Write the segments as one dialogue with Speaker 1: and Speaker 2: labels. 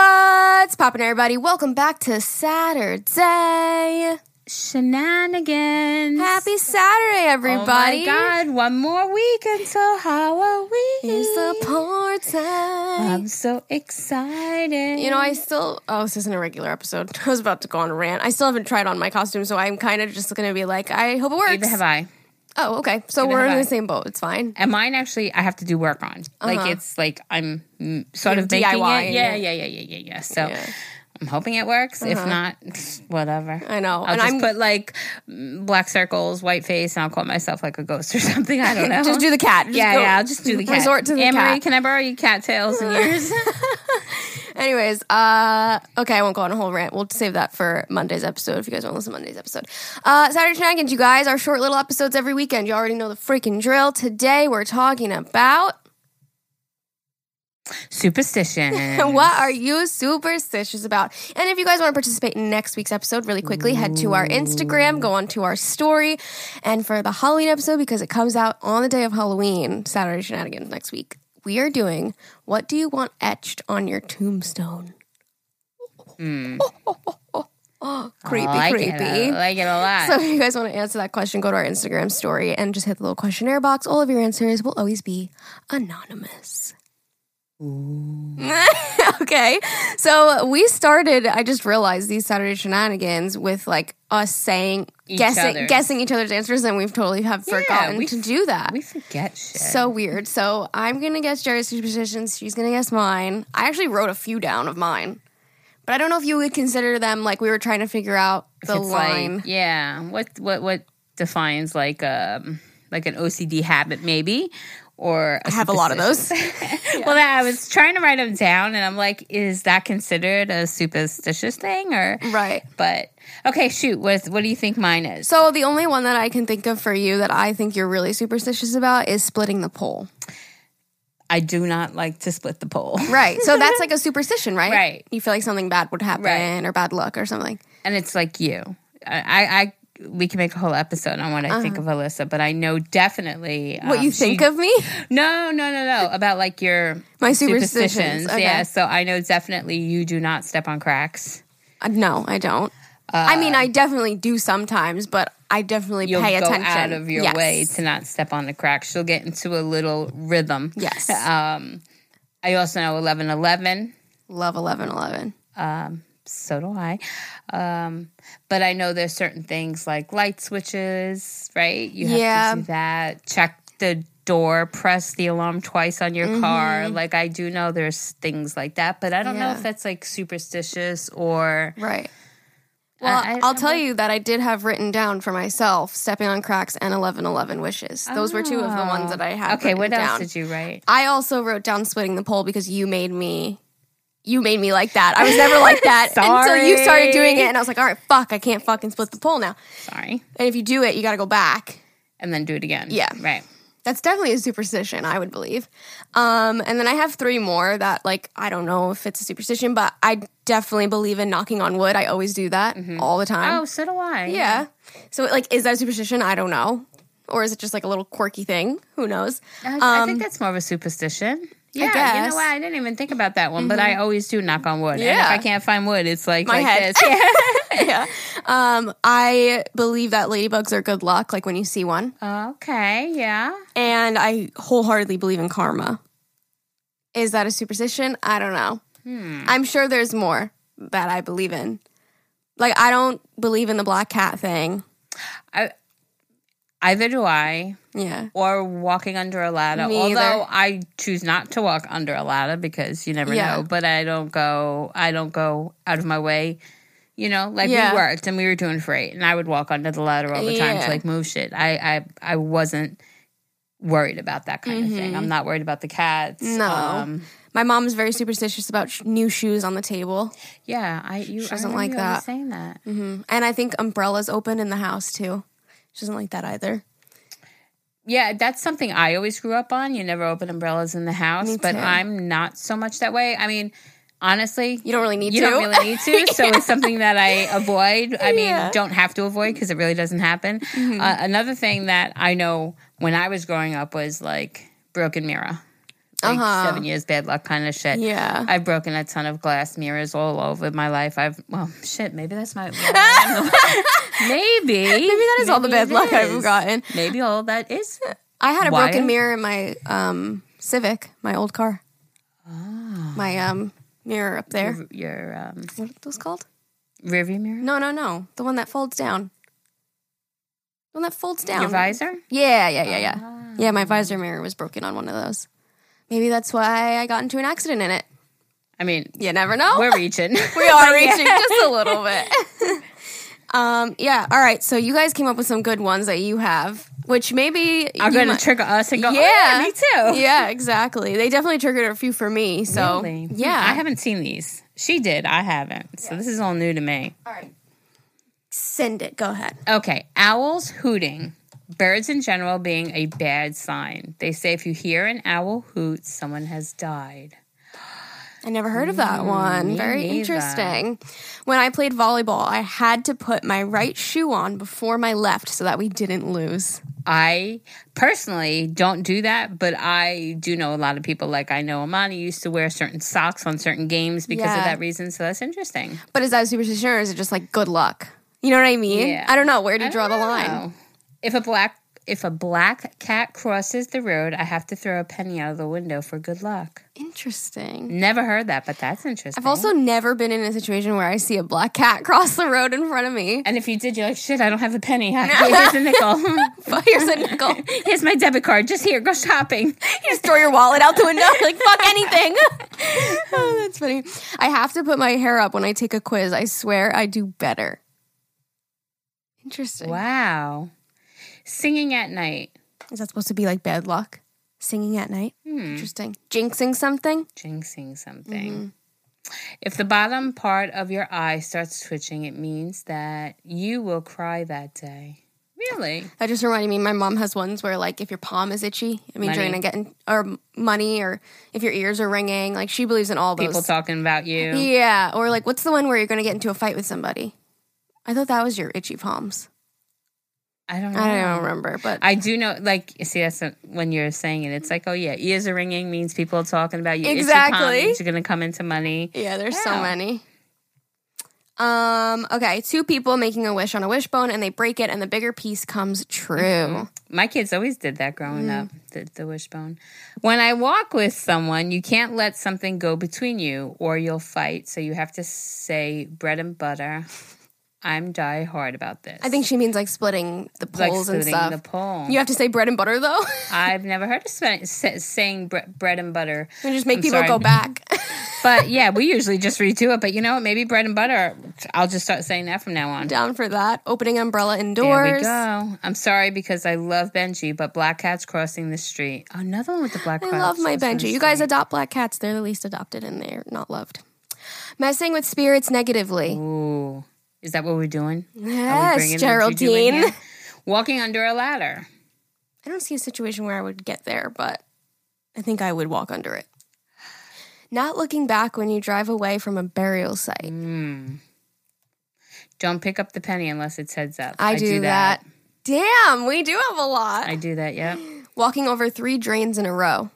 Speaker 1: What's poppin', everybody? Welcome back to Saturday.
Speaker 2: Shenanigans.
Speaker 1: Happy Saturday, everybody.
Speaker 2: Oh my God, one more week until Halloween.
Speaker 1: Here's the poor time.
Speaker 2: I'm so excited.
Speaker 1: you know, I still. Oh, this isn't a regular episode. I was about to go on a rant. I still haven't tried on my costume, so I'm kind of just gonna be like, I hope it works.
Speaker 2: Neither have I.
Speaker 1: oh, okay. So
Speaker 2: Neither
Speaker 1: we're
Speaker 2: have
Speaker 1: in
Speaker 2: I.
Speaker 1: the same boat. It's fine.
Speaker 2: And mine actually, I have to do work on.
Speaker 1: Uh-huh.
Speaker 2: Like it's like I'm mm, sort of making
Speaker 1: DIY
Speaker 2: it.
Speaker 1: -ing
Speaker 2: Yeah,
Speaker 1: it.
Speaker 2: yeah, yeah, yeah, yeah, yeah. So
Speaker 1: Yeah. Uh-huh.
Speaker 2: I'm hoping it works. If not, whatever.
Speaker 1: I know.
Speaker 2: I'll
Speaker 1: and
Speaker 2: just
Speaker 1: I'm
Speaker 2: put like mm, black circles, white face, and I'll call myself like a ghost or something. I don't know.
Speaker 1: just do the cat. Just
Speaker 2: yeah,
Speaker 1: go-
Speaker 2: yeah. I'll just do the cat.
Speaker 1: Resort to the
Speaker 2: Anne Marie,
Speaker 1: cat.
Speaker 2: can I borrow your cattails and yours?
Speaker 1: Anyways, uh, okay, I won't go on a whole rant. We'll save that for Monday's episode if you guys want to listen to Monday's episode. Uh, Saturday Shenanigans, you guys, our short little episodes every weekend. You already know the freaking drill. Today we're talking about
Speaker 2: Superstition.
Speaker 1: what are you superstitious about? And if you guys want to participate in next week's episode really quickly, head to our Instagram, go on to our story. And for the Halloween episode, because it comes out on the day of Halloween, Saturday Shenanigans next week, we are doing What Do You Want Etched on Your Tombstone? creepy,
Speaker 2: Hmm. Oh, I like
Speaker 1: creepy.
Speaker 2: It. I like it a lot.
Speaker 1: So if you guys want to answer that question, go to our Instagram story and just hit the little questionnaire box. All of your answers will always be anonymous. okay. So we started, I just realized these Saturday shenanigans with like us saying guessing
Speaker 2: other's.
Speaker 1: guessing each other's answers and we've totally have forgotten
Speaker 2: we-
Speaker 1: to do that.
Speaker 2: we forget shit.
Speaker 1: so weird. So I'm gonna guess Jerry's superstitions. She's gonna guess mine. I actually wrote a few down of mine, but I don't know if you would consider them like we were trying to figure out the
Speaker 2: It's
Speaker 1: line.
Speaker 2: Like, yeah. What what what defines like um like an OCD habit maybe or I
Speaker 1: have a lot of those.
Speaker 2: Well, I was trying to write them down, and I'm like, is that considered a superstitious thing or
Speaker 1: Right.
Speaker 2: But okay, shoot. What what do you think mine is?
Speaker 1: So the only one that I can think of for you that I think you're really superstitious about is splitting the pole.
Speaker 2: I do not like to split the pole,
Speaker 1: Right. So that's like a superstition, right?
Speaker 2: Right.
Speaker 1: You feel like something bad would happen
Speaker 2: Right.
Speaker 1: or bad luck or something.
Speaker 2: and it's like you. I I. I we can make a whole episode on what I think of Alyssa, but I know definitely
Speaker 1: Uh-huh. what
Speaker 2: um,
Speaker 1: you
Speaker 2: she
Speaker 1: think of me?
Speaker 2: No, no, no, no. About like your
Speaker 1: My superstitions. Okay.
Speaker 2: Yeah. So I know definitely you do not step on cracks.
Speaker 1: Uh, no, I don't. I mean, I definitely do sometimes, but I definitely
Speaker 2: Uh, You'll
Speaker 1: pay
Speaker 2: go
Speaker 1: attention.
Speaker 2: out of your
Speaker 1: Yes.
Speaker 2: way to not step on the cracks. You'll get into a little rhythm.
Speaker 1: Yes.
Speaker 2: Um, I also know eleven eleven.
Speaker 1: Love 1111.
Speaker 2: So do I. Um, but I know there's certain things like light switches, right? You have
Speaker 1: Yeah.
Speaker 2: to do that. Check the door, press the alarm twice on your car. Like I do know there's things like that, but I don't know
Speaker 1: Mm-hmm. Yeah.
Speaker 2: if that's like superstitious or
Speaker 1: Right. Well,
Speaker 2: I- I-
Speaker 1: I'll tell you that I did have written down for myself stepping on cracks and 1111 wishes. Those were two of the ones that I had.
Speaker 2: Ah. Okay, what
Speaker 1: written
Speaker 2: else
Speaker 1: down.
Speaker 2: did you write?
Speaker 1: I also wrote down splitting the pole because you made me you made me like that. I was never like that until you started doing it and I was like, "All right, fuck, I can't fucking split the pole now."
Speaker 2: Sorry.
Speaker 1: And if you do it, you got to go back.
Speaker 2: And then do it again.
Speaker 1: Yeah.
Speaker 2: Right.
Speaker 1: That's definitely a superstition, I would believe. Um, and then I have three more that, like, I don't know if it's a superstition, but I definitely believe in knocking on wood. I always do that all the time.
Speaker 2: Oh, so do I.
Speaker 1: yeah. So, like, is that a superstition? I don't know. Or is it just like a little quirky thing? Who knows?
Speaker 2: I, I think that's more of a superstition. Yeah, you
Speaker 1: Um, guess. Mm-hmm.
Speaker 2: know what? I didn't even think about that one, but I always do knock on wood. And if
Speaker 1: Yeah.
Speaker 2: I can't find wood, it's like
Speaker 1: My
Speaker 2: like
Speaker 1: head.
Speaker 2: this. Yeah.
Speaker 1: yeah. Um, I believe that ladybugs are good luck, like when you see one.
Speaker 2: Okay, yeah.
Speaker 1: And I wholeheartedly believe in karma. Is that a superstition? I don't know.
Speaker 2: Hmm.
Speaker 1: I'm sure there's more that I believe in. Like, I don't believe in the black cat thing.
Speaker 2: I either do I
Speaker 1: Yeah.
Speaker 2: or walking under a ladder.
Speaker 1: Me
Speaker 2: Although
Speaker 1: either.
Speaker 2: I choose not to walk under a ladder because you never
Speaker 1: Yeah.
Speaker 2: know. But I don't go I don't go out of my way. You know, like
Speaker 1: Yeah.
Speaker 2: we worked and we were doing freight and I would walk under the ladder all the time
Speaker 1: Yeah.
Speaker 2: to like move shit. I I, I wasn't worried about that kind of thing. I'm not worried about the cats.
Speaker 1: Mm-hmm. No.
Speaker 2: Um,
Speaker 1: My mom's very superstitious about sh- new shoes on the table.
Speaker 2: yeah, I you I
Speaker 1: doesn't
Speaker 2: remember
Speaker 1: like
Speaker 2: you always
Speaker 1: that.
Speaker 2: saying that.
Speaker 1: Mm. And I think umbrellas open in the house too. She doesn't like that either.
Speaker 2: Yeah, that's something I always grew up on. You never open umbrellas in the house, but
Speaker 1: too.
Speaker 2: I'm not so much that way. I mean, honestly,
Speaker 1: You don't really need
Speaker 2: you
Speaker 1: to.
Speaker 2: don't really need to. So it's something that I avoid. I mean,
Speaker 1: Yeah. Mm-hmm.
Speaker 2: don't have to avoid because it really doesn't happen. Uh, another thing that I know when I was growing up was like broken mirror. Like
Speaker 1: Uh-huh.
Speaker 2: seven years bad luck kind of shit.
Speaker 1: Yeah.
Speaker 2: I've broken a ton of glass mirrors all over my life. I've well shit, maybe that's my maybe maybe
Speaker 1: that is all the bad
Speaker 2: it
Speaker 1: luck I've
Speaker 2: is.
Speaker 1: gotten.
Speaker 2: Maybe all that is
Speaker 1: I had a
Speaker 2: Why?
Speaker 1: broken mirror in my um, Civic, my old car. My
Speaker 2: Oh.
Speaker 1: um, mirror up there.
Speaker 2: Ah, your um,
Speaker 1: What are those called?
Speaker 2: rearview mirror,
Speaker 1: No, no, no. The one that folds down. The one that folds down.
Speaker 2: your visor. Ah.
Speaker 1: Yeah, yeah, yeah, yeah. Yeah, my visor mirror was broken on one of those. Maybe that's why I got into an accident in it.
Speaker 2: I mean,
Speaker 1: You never know.
Speaker 2: we're reaching.
Speaker 1: we are reaching just a little bit. um, yeah. All right. So you guys came up with some good ones that you have, which maybe
Speaker 2: I'm
Speaker 1: you
Speaker 2: going to
Speaker 1: might-
Speaker 2: trigger us and go. Yeah,
Speaker 1: Yeah.
Speaker 2: me too.
Speaker 1: Yeah, exactly. They definitely triggered a few for me. So
Speaker 2: Really?
Speaker 1: yeah.
Speaker 2: I haven't seen these. She did. I haven't. So this is all new to me.
Speaker 1: All right. Send it. Go ahead.
Speaker 2: Okay, owls hooting. Birds in general being a bad sign. They say if you hear an owl hoot, someone has died.
Speaker 1: I never heard of that one. Very
Speaker 2: Mm, neither.
Speaker 1: interesting. When I played volleyball, I had to put my right shoe on before my left so that we didn't lose.
Speaker 2: I personally don't do that, but I do know a lot of people. Like I know Amani used to wear certain socks on certain games because
Speaker 1: Yeah.
Speaker 2: of that reason. So that's interesting.
Speaker 1: But is that a superstition or is it just like good luck? You know what I mean?
Speaker 2: Yeah.
Speaker 1: I don't know. Where do you
Speaker 2: I
Speaker 1: draw the
Speaker 2: don't
Speaker 1: line?
Speaker 2: know. If a black if a black cat crosses the road, I have to throw a penny out of the window for good luck.
Speaker 1: Interesting.
Speaker 2: Never heard that, but that's interesting.
Speaker 1: I've also never been in a situation where I see a black cat cross the road in front of me.
Speaker 2: and if you did, you're like, shit, I don't have a penny. Here's a nickel.
Speaker 1: But here's a nickel. You
Speaker 2: Here's my debit card. Just here, go shopping.
Speaker 1: just throw your wallet out the window. Like, fuck anything. oh, that's funny. I have to put my hair up when I take a quiz. I swear I do better. Interesting.
Speaker 2: Wow. Singing at night.
Speaker 1: Is that supposed to be like bad luck? Singing at night?
Speaker 2: Hmm.
Speaker 1: Interesting. Jinxing something?
Speaker 2: Jinxing something.
Speaker 1: Mm-hmm.
Speaker 2: If the bottom part of your eye starts twitching, it means that you will cry that day. Really?
Speaker 1: That just reminded me. My mom has ones where, like, if your palm is itchy, I mean,
Speaker 2: Money.
Speaker 1: during a getting or money, or if your ears are ringing, like, she believes in all those.
Speaker 2: People talking about you.
Speaker 1: yeah, or like, what's the one where you're going to get into a fight with somebody? I thought that was your itchy palms.
Speaker 2: I don't know.
Speaker 1: I don't remember, but
Speaker 2: I do know, like, you see, that's a, when you're saying it, it's like, oh, yeah, ears are ringing means people are talking about you. Itchy
Speaker 1: Exactly.
Speaker 2: palms, You're going to come into money.
Speaker 1: yeah, there's so
Speaker 2: Yeah.
Speaker 1: many. Um. Okay, two people making a wish on a wishbone, and they break it, and the bigger piece comes true.
Speaker 2: My kids always did that growing
Speaker 1: Mm.
Speaker 2: up, the, the wishbone. When I walk with someone, you can't let something go between you or you'll fight. So you have to say bread and butter. I'm die hard about this.
Speaker 1: I think she means like splitting the
Speaker 2: like
Speaker 1: poles and
Speaker 2: splitting
Speaker 1: stuff.
Speaker 2: the pole.
Speaker 1: You have to say bread and butter though.
Speaker 2: I've never heard of sp- sa- saying bre- bread and butter.
Speaker 1: and just make
Speaker 2: I'm
Speaker 1: people
Speaker 2: sorry.
Speaker 1: go back.
Speaker 2: But yeah, we usually just redo it. But you know what? Maybe bread and butter. I'll just start saying that from now on.
Speaker 1: Down for that. Opening umbrella
Speaker 2: There we
Speaker 1: indoors.
Speaker 2: go. I'm sorry because I love Benji, but black cats crossing the street. Another one with the black cats.
Speaker 1: I love my
Speaker 2: was gonna
Speaker 1: Benji.
Speaker 2: say.
Speaker 1: You guys adopt black cats. They're the least adopted and they're not loved. Messing with spirits negatively.
Speaker 2: Ooh. Is that what we're doing? Are we
Speaker 1: Yes,
Speaker 2: bringing the juju in
Speaker 1: Geraldine.
Speaker 2: here? Walking under a ladder.
Speaker 1: I don't see a situation where I would get there, but I think I would walk under it. Not looking back when you drive away from a burial site.
Speaker 2: Mm, Don't pick up the penny unless it's heads up.
Speaker 1: I, do, that. Damn, we do have a lot.
Speaker 2: I do that, yep.
Speaker 1: Walking over three drains in a row.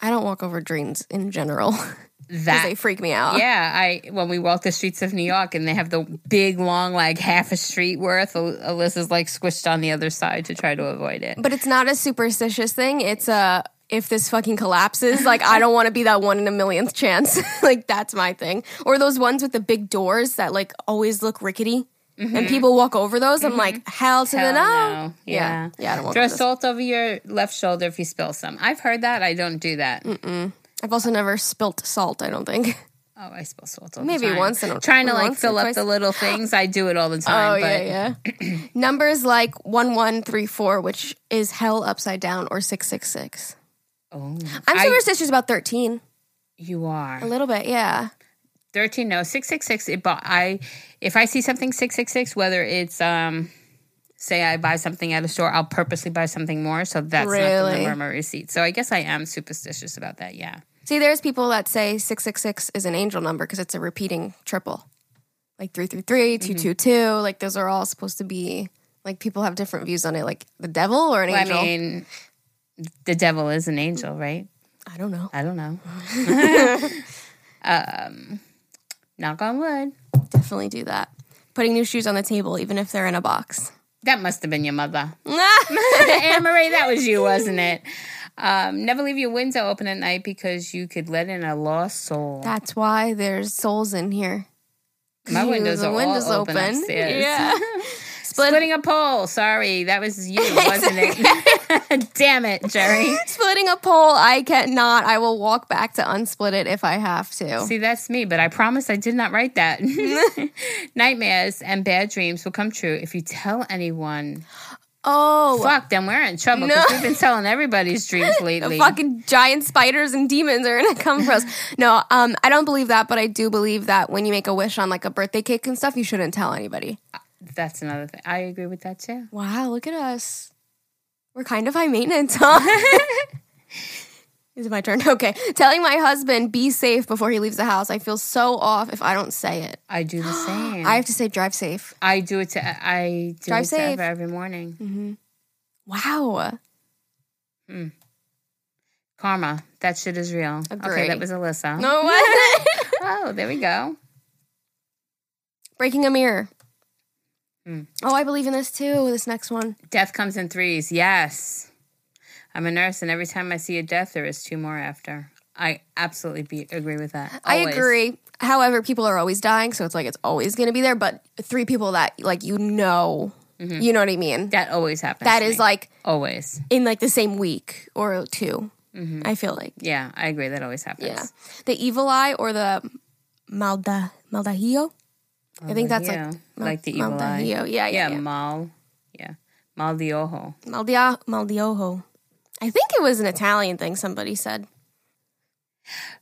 Speaker 1: I don't walk over drains in general because they
Speaker 2: That
Speaker 1: freak me out.
Speaker 2: yeah, I when we walk the streets of New York and they have the big long like half a street worth, Al- Alyssa's like squished on the other side to try to avoid it.
Speaker 1: But it's not a superstitious thing. It's a if this fucking collapses, like I don't want to be that one in a millionth chance. like that's my thing. Or those ones with the big doors that like always look rickety. And people walk over those. I'm like, hell to the
Speaker 2: Mm-hmm. Hell
Speaker 1: no.
Speaker 2: no.
Speaker 1: Yeah.
Speaker 2: Yeah.
Speaker 1: Yeah, I don't walk
Speaker 2: Throw
Speaker 1: over those.
Speaker 2: salt over your left shoulder if you spill some. I've heard that. I don't do that.
Speaker 1: Mm. I've also never spilt salt, I don't think.
Speaker 2: Oh, I spill salt all
Speaker 1: Maybe
Speaker 2: the time.
Speaker 1: once in a-
Speaker 2: Trying to like
Speaker 1: once or
Speaker 2: fill up
Speaker 1: twice.
Speaker 2: the little things. I do it all the
Speaker 1: Oh,
Speaker 2: time. but
Speaker 1: yeah, yeah. Numbers like 1134, which is hell upside down, or 666.
Speaker 2: Oh,
Speaker 1: I'm
Speaker 2: I-
Speaker 1: superstitious about 13.
Speaker 2: you are
Speaker 1: A little bit, yeah.
Speaker 2: thirteen. No, six six six. It, but I, if I see something six six six, whether it's um, say I buy something at a store, I'll purposely buy something more. So that's not the
Speaker 1: Really?
Speaker 2: number on my receipt. So I guess I am superstitious about that. Yeah.
Speaker 1: See, there's people that say 666 is an angel number because it's a repeating triple. Like 333, 222, like those are all supposed to be like people have different views on it like the devil or an
Speaker 2: Well,
Speaker 1: angel.
Speaker 2: I mean, the devil is an angel, right?
Speaker 1: I don't know.
Speaker 2: I don't know. um, knock on wood.
Speaker 1: Definitely do that. Putting new shoes on the table, even if they're in a box.
Speaker 2: That must have been your mother. Anne Marie, that was you, wasn't it? Um, never leave your window open at night because you could let in a lost soul.
Speaker 1: That's why there's souls in here.
Speaker 2: My windows
Speaker 1: the
Speaker 2: are
Speaker 1: windows
Speaker 2: all open,
Speaker 1: open.
Speaker 2: upstairs.
Speaker 1: Yeah.
Speaker 2: Split- Splitting a pole. Sorry, that was you, wasn't it? Damn it, Jerry.
Speaker 1: Splitting a pole, I cannot. I will walk back to unsplit it if I have to.
Speaker 2: See, that's me, but I promise I did not write that. Nightmares and bad dreams will come true if you tell anyone.
Speaker 1: oh,
Speaker 2: Fuck, then we're in trouble
Speaker 1: No.
Speaker 2: because we've been telling everybody's dreams
Speaker 1: the
Speaker 2: lately.
Speaker 1: fucking giant spiders and demons are gonna come for us. No, um, I don't believe that, but I do believe that when you make a wish on like a birthday cake and stuff, you shouldn't tell anybody.
Speaker 2: That's another thing. I agree with that too.
Speaker 1: Wow, look at us. We're kind of high maintenance, huh? Is it my turn? Okay. Telling my husband, be safe before he leaves the house. I feel so off if I don't say it.
Speaker 2: I do the same.
Speaker 1: I
Speaker 2: I
Speaker 1: have to say, drive safe.
Speaker 2: I do it to I do
Speaker 1: Drive
Speaker 2: it to
Speaker 1: safe. Mm-hmm.
Speaker 2: Eva every morning.
Speaker 1: Wow.
Speaker 2: Karma, that shit is real. Okay,
Speaker 1: Agree.
Speaker 2: that was Alyssa.
Speaker 1: Oh, No, what?
Speaker 2: Oh, there we go.
Speaker 1: Breaking a mirror.
Speaker 2: Mm.
Speaker 1: Oh, I believe in this too. This next one.
Speaker 2: Death comes in threes. Yes. I'm a nurse, and every time I see a death, there is two more after. I absolutely be, agree with that.
Speaker 1: I
Speaker 2: Always.
Speaker 1: agree. However, people are always dying, so it's like it's always going to be there. But three people that like you know,
Speaker 2: Mm-hmm.
Speaker 1: you know what I mean.
Speaker 2: That always happens.
Speaker 1: That
Speaker 2: to
Speaker 1: is
Speaker 2: me.
Speaker 1: like
Speaker 2: always.
Speaker 1: in like the same week or 2
Speaker 2: Mm-hmm.
Speaker 1: I feel like
Speaker 2: Yeah, I agree. That always happens.
Speaker 1: yeah, the evil eye or the malda maldahio. I think that's
Speaker 2: Yeah.
Speaker 1: like
Speaker 2: like the evil eye.
Speaker 1: maldahio. Yeah, yeah,
Speaker 2: Yeah,
Speaker 1: yeah.
Speaker 2: mal. Yeah, mal di ojo.
Speaker 1: Maldia maldioho. I think it was an Italian thing somebody said.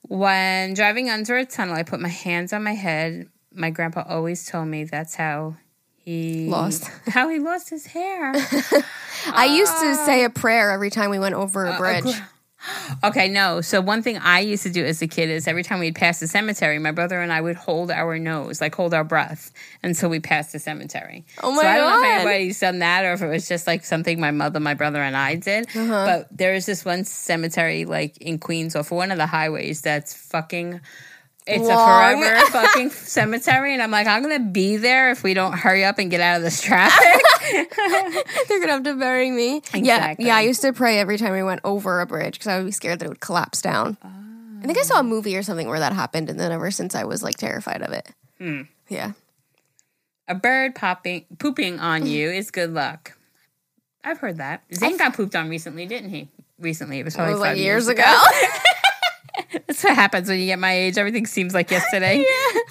Speaker 2: When driving under a tunnel, I put my hands on my head. My grandpa always told me that's how he
Speaker 1: Lost.
Speaker 2: how he lost his hair.
Speaker 1: I used to
Speaker 2: Ah.
Speaker 1: say a prayer every time we went over a bridge.
Speaker 2: Okay, no. So one thing I used to do as a kid is every time we'd pass the cemetery, my brother and I would hold our nose, like hold our breath, until we passed the cemetery.
Speaker 1: Oh my
Speaker 2: so I don't know
Speaker 1: God.
Speaker 2: if anybody's done that or if it was just like something my mother, my brother, and I did.
Speaker 1: Uh-huh.
Speaker 2: But there is this one cemetery like in Queens off one of the highways that's fucking. It's
Speaker 1: Long.
Speaker 2: a forever fucking cemetery, and I'm like, I'm gonna be there if we don't hurry up and get out of this traffic.
Speaker 1: They're gonna have to bury me.
Speaker 2: Exactly.
Speaker 1: Yeah, yeah. I used to pray every time we went over a bridge because I would be scared that it would collapse down. I think I saw a movie or something where that happened, and then ever since I was like terrified of it.
Speaker 2: Hmm.
Speaker 1: Yeah,
Speaker 2: a bird popping pooping on you is good luck. I've heard that. Zane got pooped on recently, didn't he? Recently, it was
Speaker 1: it
Speaker 2: probably
Speaker 1: was
Speaker 2: five
Speaker 1: like years
Speaker 2: years.
Speaker 1: ago.
Speaker 2: That's what happens when you get my age. Everything seems like yesterday.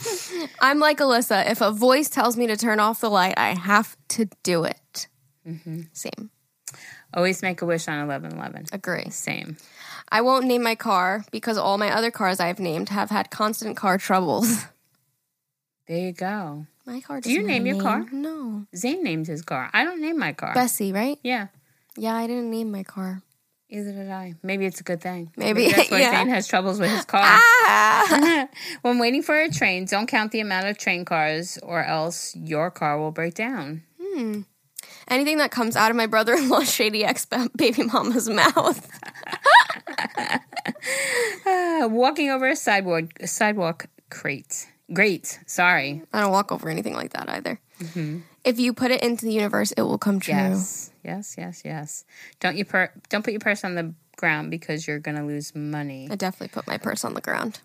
Speaker 1: I'm like Alyssa. If a voice tells me to turn off the light, I have to do it.
Speaker 2: Mm-hmm.
Speaker 1: Same.
Speaker 2: Always make a wish on eleven eleven.
Speaker 1: Agree.
Speaker 2: Same.
Speaker 1: I won't name my car because all my other cars I've named have had constant car troubles.
Speaker 2: There you go.
Speaker 1: My car.
Speaker 2: Do you
Speaker 1: doesn't
Speaker 2: name
Speaker 1: have a
Speaker 2: your car?
Speaker 1: No.
Speaker 2: Zane named his car. I don't name my car.
Speaker 1: Bessie, right?
Speaker 2: yeah.
Speaker 1: Yeah, I didn't name my car.
Speaker 2: Either did I. Maybe it's a good thing.
Speaker 1: Maybe,
Speaker 2: that's why
Speaker 1: yeah. Ah.
Speaker 2: Zane has troubles with his car. Ah! when waiting for a train, don't count the amount of train cars, or else your car will break down.
Speaker 1: Anything that comes out of my brother in law's shady ex ba- baby mama's mouth.
Speaker 2: Uh, walking over a sidewalk sidewalk crate. Great. Sorry.
Speaker 1: I don't walk over anything like that either. If you put it into the universe, it will come true.
Speaker 2: Mm-hmm. Yes. Yes. Yes. Yes. Don't you per- don't put your purse on the ground because you're gonna lose money.
Speaker 1: I definitely put my purse on the ground.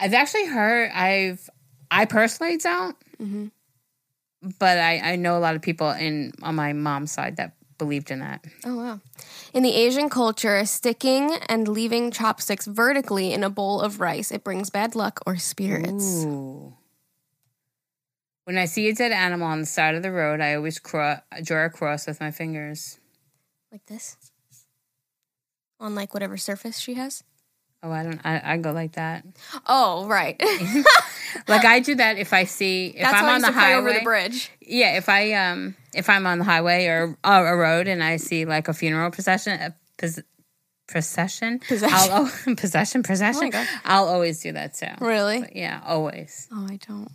Speaker 2: I've actually heard. I've I personally don't, but I I know a lot of people in on my mom's side that believed in that.
Speaker 1: Oh, wow. In the Asian culture, sticking and leaving chopsticks vertically in a bowl of rice, it brings bad luck or spirits.
Speaker 2: Ooh. When I see a dead animal on the side of the road, I always cro- draw a cross with my fingers.
Speaker 1: Like this? On like whatever surface she has?
Speaker 2: Oh, I don't. I, I go like that.
Speaker 1: Oh, right.
Speaker 2: Like I do that if I see if
Speaker 1: That's
Speaker 2: I'm
Speaker 1: why I
Speaker 2: on
Speaker 1: used
Speaker 2: the
Speaker 1: to pray over
Speaker 2: highway.
Speaker 1: the bridge.
Speaker 2: yeah, if I um if I'm on the highway or, or a road and I see like a funeral procession, a pos- procession,
Speaker 1: Possession. Oh
Speaker 2: I'll, al- possession, procession.
Speaker 1: God.
Speaker 2: I'll always do that too.
Speaker 1: Really?
Speaker 2: But yeah, always.
Speaker 1: Oh, I don't.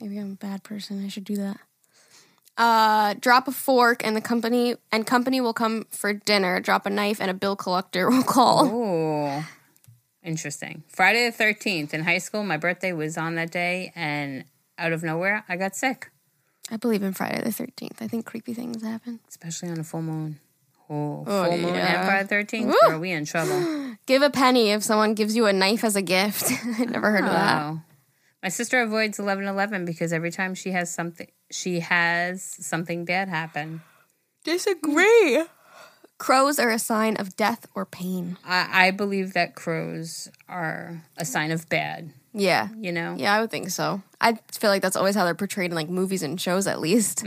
Speaker 1: Maybe I'm a bad person. I should do that. Uh, drop a fork and the company and company will come for dinner. Drop a knife and a bill collector will call.
Speaker 2: Ooh, Interesting. Friday the 13th in high school, my birthday was on that day, and out of nowhere, I got sick,
Speaker 1: I believe in Friday the 13th. I think creepy things happen.
Speaker 2: especially on a full moon. Oh,
Speaker 1: Oh,
Speaker 2: full moon
Speaker 1: yeah.
Speaker 2: and Friday the 13th?
Speaker 1: Woo!
Speaker 2: Girl, we in trouble.
Speaker 1: Give a penny if someone gives you a knife as a gift. I never heard of that.
Speaker 2: Wow. My sister avoids 11 11 because every time she has something, she has something bad happen.
Speaker 1: Disagree. Crows are a sign of death or pain.
Speaker 2: I, I believe that crows are a sign of bad,
Speaker 1: Yeah.
Speaker 2: you know?
Speaker 1: Yeah, I would think so. I feel like that's always how they're portrayed in like movies and shows at least.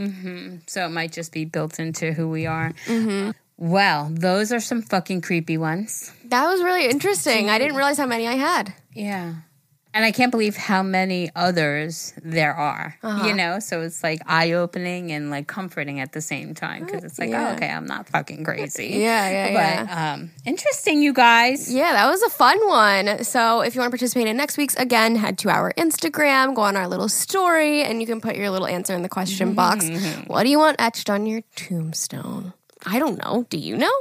Speaker 2: So it might just be built into who we are.
Speaker 1: Mm-hmm.
Speaker 2: Well, those are some fucking creepy ones.
Speaker 1: That was really interesting. I didn't realize how many I had.
Speaker 2: Yeah. And I can't believe how many others there are,
Speaker 1: Uh-huh.
Speaker 2: you know? So it's like eye opening and like comforting at the same time because it's like,
Speaker 1: Yeah.
Speaker 2: oh, okay, I'm not fucking crazy.
Speaker 1: Yeah, yeah, yeah.
Speaker 2: But um, interesting, you guys.
Speaker 1: Yeah, that was a fun one. So, if you want to participate in next week's, again, head to our Instagram, go on our little story, and you can put your little answer in the question box. What do you want etched on your tombstone? I don't know. Do you know?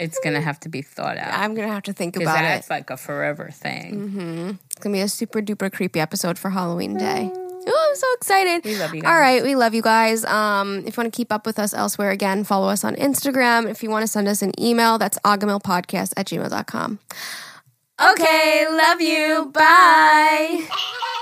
Speaker 2: It's going to have to be thought out.
Speaker 1: I'm going to have to think
Speaker 2: Because
Speaker 1: about it.
Speaker 2: that's like a forever thing.
Speaker 1: It's going to be a super duper creepy episode for Halloween Day. Oh, I'm so excited. We
Speaker 2: love you
Speaker 1: All right, we love you guys. Um, if you want to keep up with us elsewhere, again, follow us on Instagram. If you want to send us an email, that's agamilpodcast at gmail.com. Okay, love you. Bye.
Speaker 3: Bye.